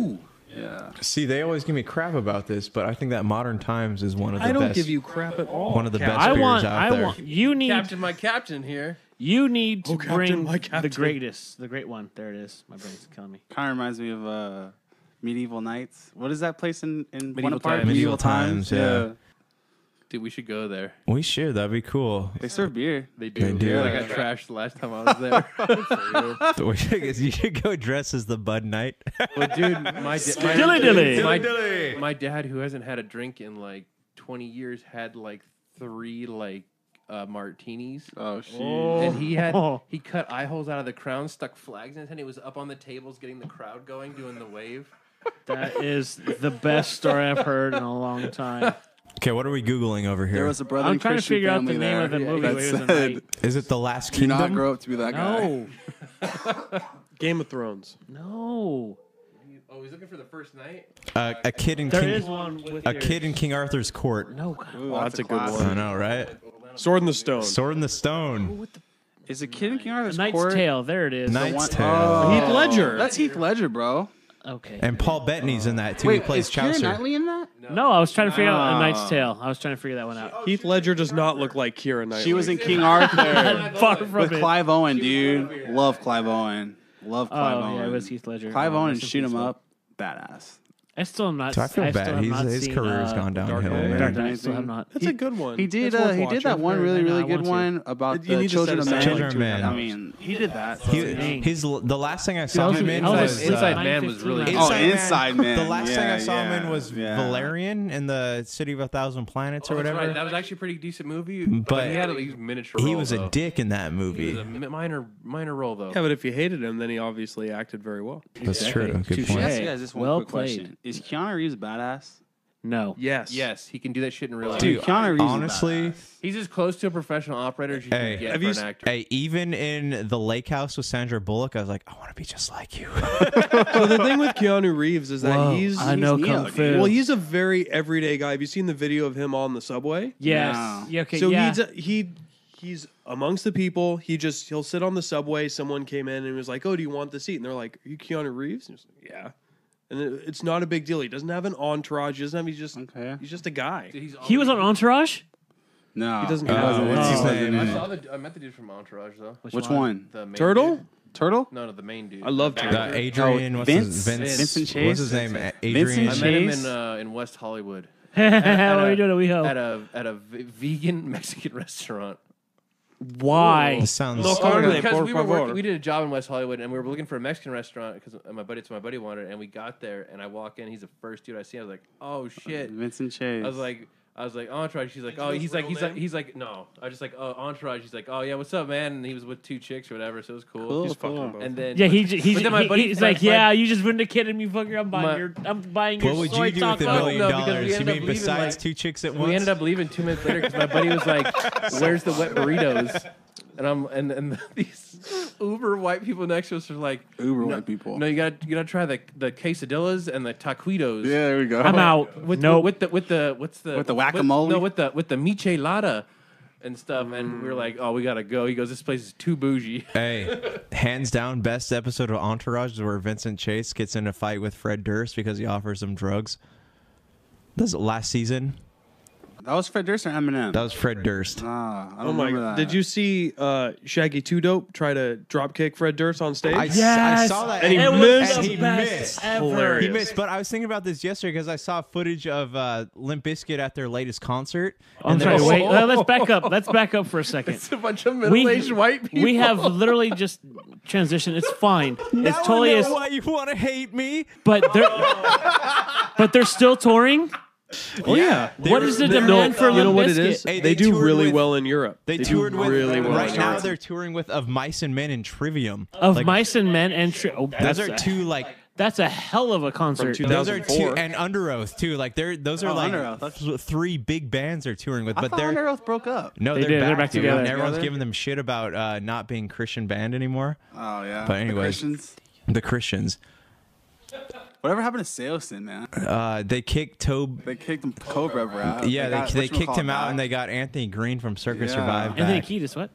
Yeah. see, they always give me crap about this, but I think that Modern Times is one of the I don't best. give you crap at all. one of the Cap- I best beers want. out I there. want. You need. Captain, my captain here. You need to Oh, Captain, bring my the Captain. greatest, the great one. There it is. My brain's killing me. Kind of reminds me of uh, medieval knights. What is that place in in Medieval Bonaparte? times. Medieval times, yeah. Dude, we should go there. We should. That'd be cool. They serve beer. They They do. do. I got trashed the last time I was there. So (laughs) we should, you should go dress as the Bud Knight. (laughs) but dude, my, da- my Dilly dilly. My, my dad, who hasn't had a drink in like 20 years, had like three like uh, martinis. Oh shit. And he had Oh. he cut eye holes out of the crown, stuck flags in his hand. He was up on the tables getting the crowd going, doing the wave. That is the best story I've heard in a long (laughs) time. Okay, what are we googling over here? There was a brother. I'm and trying to Christian figure out the family name of the there movie that where he (laughs) was a said, knight. Is it the Last Do not Kingdom? grow up to be that guy. No, Game of Thrones. no. Oh, he's looking for the first night. Uh, a kid in There King, is one with a your- kid in King Arthur's court. No, God. Ooh, that's, a, good I know, right? Sword in the Stone. Sword in the Stone, Is a kid in King Arthur's Knight's Court? Tale. There it is. Knight's one- Tale, Heath Ledger. Oh, That's Heath Ledger, bro. Okay. and Paul Bettany's in that too. he plays is Keira Chaucer. Knightley in that? No, I was trying to figure out a Knight's Tale. I was trying to figure that one out. Heath Ledger does not look like Kira Knightley. She was (laughs) in King Arthur Far (laughs) from with it. Clive Owen, dude. Love Clive Owen. Love Clive oh Owen. yeah, it was Heath Ledger. Clive Oh, Owen rest and in shoot peace, him Will. up. Badass. I still am not. So I feel still bad. have not He's, his seen, career has uh, gone downhill. Dark Knight. man. Dark Dark Knight. I Knight still have thing. not. That's a good one. He did. That's Uh, worth he did watching. that one heard it, really, and I really good want to. one about You need the to children of set man. aside Children of Man. I mean, he did that. He, his the last thing I saw him in I was was asleep uh, Inside at Man was 9:15 really last good. night. oh, Inside Man. The last thing Yeah, I saw yeah, him in was yeah. Valerian in the City of a Thousand Planets or whatever. Oh, That was actually a pretty decent movie. But But he had at least miniature. He role, was though. a dick in that He was movie. a mi- minor minor role though. Yeah, but if you hated him, then he obviously acted very well. That's true. Good Let Touche. me point. ask you guys this one Well quick played. question: Is Keanu Reeves badass? No. Yes. Yes, he can do that shit in real life. Dude, Keanu Reeves. is honestly, badass. He's as close to a professional operator as you Hey, can get have for you an s- actor. Hey, even in the Lake House with Sandra Bullock, I was like, I want to be just like you. So the thing with Keanu Reeves is that Whoa, he's I know he's kung Neo, fu. dude. well, he's a very everyday guy. Have you seen the video of him on the subway? yes. No. Yeah, okay. so yeah. he's he he's amongst the people. He just he'll sit on the subway. Someone came in and he was like, "Oh, do you want the seat?" And they're like, "Are you Keanu Reeves?" And he's like, "Yeah." And it- it's not a big deal. He doesn't have an entourage. He doesn't have. He's just Okay. he's just a guy. He's he was on always- Entourage. (laughs) No, He doesn't He count. wasn't in What's it. his He wasn't name? in I Mm. it. saw the. I met the dude from Entourage though. Which one? The main Turtle. dude. Turtle? No, no, the main dude. I love The Turtle. Uh, backer. Adrian, Oh, what's his, Vince- Vince, Vincent What's Chase? his name? A- Adrian. Vincent I met him Chase? in uh, in West Hollywood How are a- you doing at WeHo? at a at a v- vegan (laughs) Mexican restaurant. Why? This sounds. Look, Carne, because por we were favor. working, we did a job in West Hollywood and we were looking for a Mexican restaurant because my buddy, it's my buddy wanted, it, and we got there and I walk in, he's the first dude I see. I was like, oh shit. Vincent Chase. I was like, I was like entourage. She's like, oh, his he's like, real he's like, name? he's like, no. I was just like, oh, entourage. He's like, oh yeah, what's up, man? And he was with two chicks or whatever, so it was cool. Cool. He's fucking both. And then Yeah, he j- he's, But then my he- buddy- he's my- like, my- yeah, you just vindicated me, fucker. I'm buying My- your, I'm buying your What would soy you do with a taco. million No, because we dollars? You ended up mean leaving, besides like- two chicks at once? we ended up leaving two minutes later because my buddy (laughs) was like, "Where's the wet burritos?" And I'm and and (laughs) these Uber white people next to us are like, Uber no, white people. No, you gotta you gotta try the the quesadillas and the taquitos. yeah, there we go. I'm out. With no, with the with the what's the With the guacamole? no, with the with the michelada and stuff. And Mm. we were like, "Oh, we gotta go." He goes, "This place is too bougie." Hey, hands down, best episode of Entourage is where Vincent Chase gets in a fight with Fred Durst because he offers him drugs. This is last season. That was Fred Durst or Eminem? That was Fred Durst. Ah, I Oh don't my! remember that. Did you see uh, Shaggy Two Dope try to drop kick Fred Durst on stage? I, s- yes, I saw that And he it missed. Was the He best missed. Ever. Hilarious. He missed, but I was thinking about this yesterday because I saw footage of uh, Limp Bizkit at their latest concert. Oh, I'm and there sorry. Wait, was- let- let's back up. Let's back up for a (laughs) second. It's a bunch of We- middle-aged white people. We have literally just transitioned. It's fine. It's totally I is, know why you want to hate me. but they're but they're still touring. oh yeah. What is the demand for you know Limp what it Bizkit? is? Hey, They, they do toured really with- well in Europe. They, do toured with really well right in now. Europe. They're touring with Of Mice and Men and Trivium. Of Like, mice and men and tri- oh, Those that's are a- two like That's a hell of a concert. two- Those are two 2004. and Under Oath too. Like they're those are Oh, like Under Oath, that's- th- three big bands they're touring with, I but thought they're Under Oath broke up. no, They they're did, back they're back together. together. and everyone's Together? giving them shit about uh, not being Christian band anymore. Oh yeah. But The anyways. Christians. The Christians, Whatever happened to Seosin, man? uh, they kicked Tobe. They kicked him Cobra out. Yeah, they, got- they kicked whatchamacallit, him out, back. and they got Anthony Green from Circus Yeah. Survive back. Anthony Kiedis, what?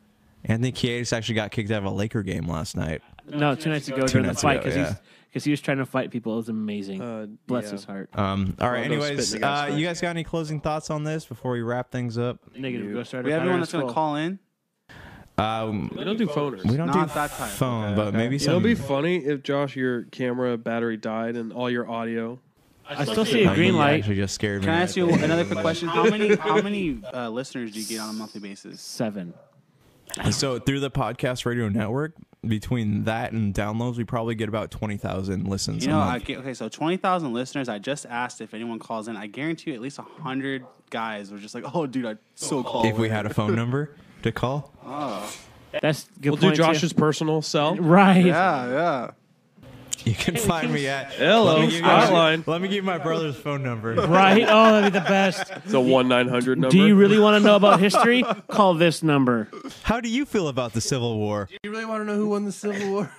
Anthony Kiedis actually got kicked out of a Laker game last night. No, two nights ago during the nights fight ago, because yeah. he was trying to fight people. It was amazing. Uh, Bless yeah. his heart. Um, all right. Rondo Anyways, spitting against uh, her. you guys got any closing thoughts on this before we wrap things up? Negative Ghost Rider. We have anyone Pattern that's gonna Scroll. call in? Um, They don't do phoners. we don't Not do that type. phone, Okay, but okay. maybe It'll some. be funny if Josh, your camera battery died and all your audio. I still see Uh, a green you light. Actually, just scared Can me. I ask you another quick question? How many how many uh, listeners do you get on a monthly basis? Seven. So through the podcast radio network, between that and downloads, we probably get about twenty thousand listens. You a know, I month. get, okay, so twenty thousand listeners. I just asked if anyone calls in. I guarantee you, at least hundred guys were just like, "Oh, dude, I so call." if we had a phone number to call, That's good. We'll do point, too. Josh's personal cell. (laughs) Right. yeah, yeah. you can find me at. Hello, Let me give you- hotline. Let me give you my brother's phone number. Right. Oh, that'd be the (laughs) best. It's a one nine hundred number. Do you really want to know about history? Call this number. How do you feel about the Civil War? You really want to know who won the Civil War?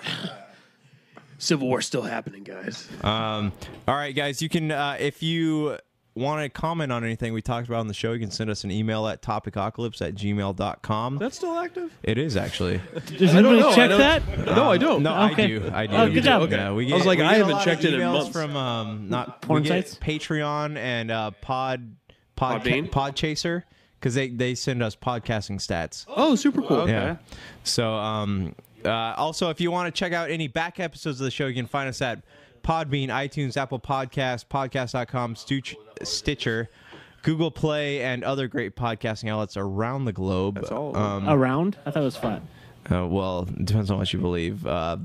Civil War still happening, guys. Um, all right, guys, you can uh, if you want to comment on anything we talked about on the show, you can send us an email at topicocalypse at gmail.com. That's still active. It (laughs) is actually. Does anybody know. I check don't- that? no, I don't. No, I Okay. do. I do. Oh, good job. Okay. we I was like, we I get a haven't lot of checked it in emails months. From um, not Porn we get sites? Patreon and uh, Pod Pod Podbean? Pod Chaser because they they send us podcasting stats. Oh, super cool. Yeah. So, um, uh, also, if you want to check out any back episodes of the show, you can find us at Podbean, iTunes, Apple Podcasts, Podcast.com, Stooch, Stitcher, Google Play, and other great podcasting outlets around the globe. That's Oh. all. Um, Around? I thought it was flat. uh, well, it depends on what you believe. Uh,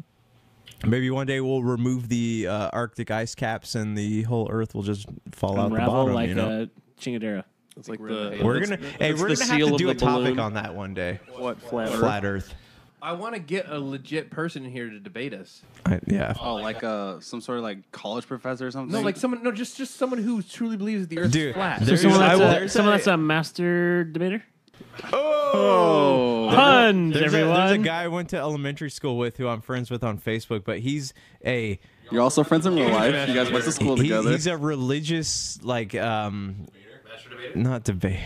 maybe one day we'll remove the uh, Arctic ice caps and the whole Earth will just fall out the Unravel bottom. like you know? a chingadera. It's like the we're gonna, hey, it's we're the gonna have seal to of do the a topic balloon. on that one day. what flat Flat Earth. I want to get a legit person in here to debate us. I, yeah. Oh, like uh, some sort of like college professor or something. No, like someone, no, just just someone who truly believes the Earth's Dude, flat. there's- Someone I that's, will- a, there's someone a- that's a master debater? Oh, Puns, There's a, everyone. there's a guy I went to elementary school with who I'm friends with on Facebook, but he's a you're also friends in real life. You guys went to school he- together. he's a religious like um not debate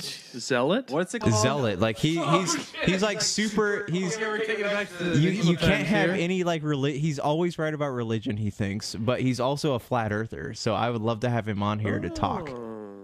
zealot. What's it called? zealot like he he's he's like super he's you you can't have any like reli- he's always right about religion he thinks but he's also a flat earther so I would love to have him on here to talk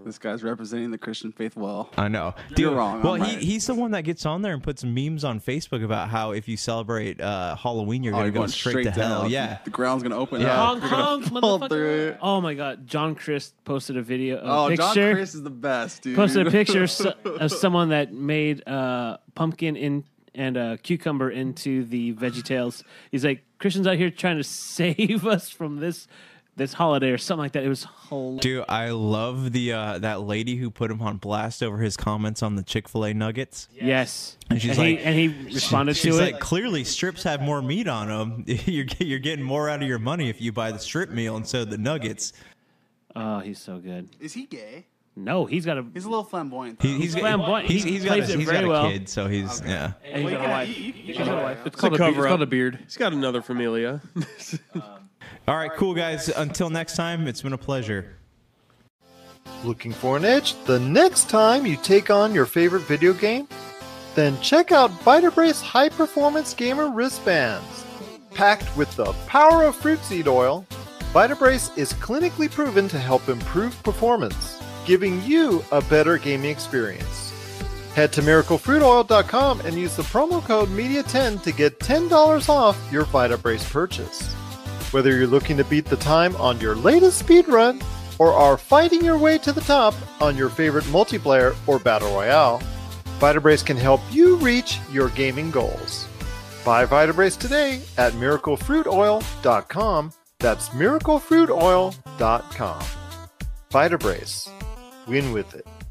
This guy's representing the Christian faith well. I know. You're wrong, Well, I'm he, right. he's the one that gets on there and puts memes on Facebook about how if you celebrate uh, Halloween, you're Oh, going to you're go straight, to, hell. Yeah. The ground's gonna open Yeah. up. Hong You're gonna Kong, fall through motherfucker. it. Oh my god. John Chris posted a video, a Oh, John picture. Chris is the best, dude. posted a picture (laughs) so- of someone that made uh, pumpkin in and uh, cucumber into the Veggie Tales. He's like Christians out here trying to (laughs) save us from this this holiday or something like that. It was hilarious. Dude, I love the uh, that lady who put him on blast over his comments on the Chick Fil A nuggets. Yes, And she's he, like- and he responded She's to it. like, clearly strips have more meat on them. (laughs) you're get- you're getting more out of your money if you buy the strip meal instead of the nuggets. oh, he's so good. Is he gay? No, he's got a. He's a little flamboyant. He, he's flamboyant. He's, He he's got a, plays it he's very got a well. kid, so he's yeah. and he's got a wife. it's called a, cover beard. It's up. called a beard. He's got another familia. All right, cool guys. Until next time, it's been a pleasure. Looking for an edge the next time you take on your favorite video game? Then check out Vitabrace High Performance Gamer Wristbands. Packed with the power of fruit seed oil, Vitabrace is clinically proven to help improve performance, giving you a better gaming experience. Head to miraclefruitoil.com and use the promo code MEDIA10 to get $10 off your Vitabrace purchase. Whether you're looking to beat the time on your latest speedrun or are fighting your way to the top on your favorite multiplayer or battle royale, Vitabrace can help you reach your gaming goals. Buy Vitabrace today at miraclefruitoil.com. That's miraclefruitoil.com. Vitabrace. Win with it.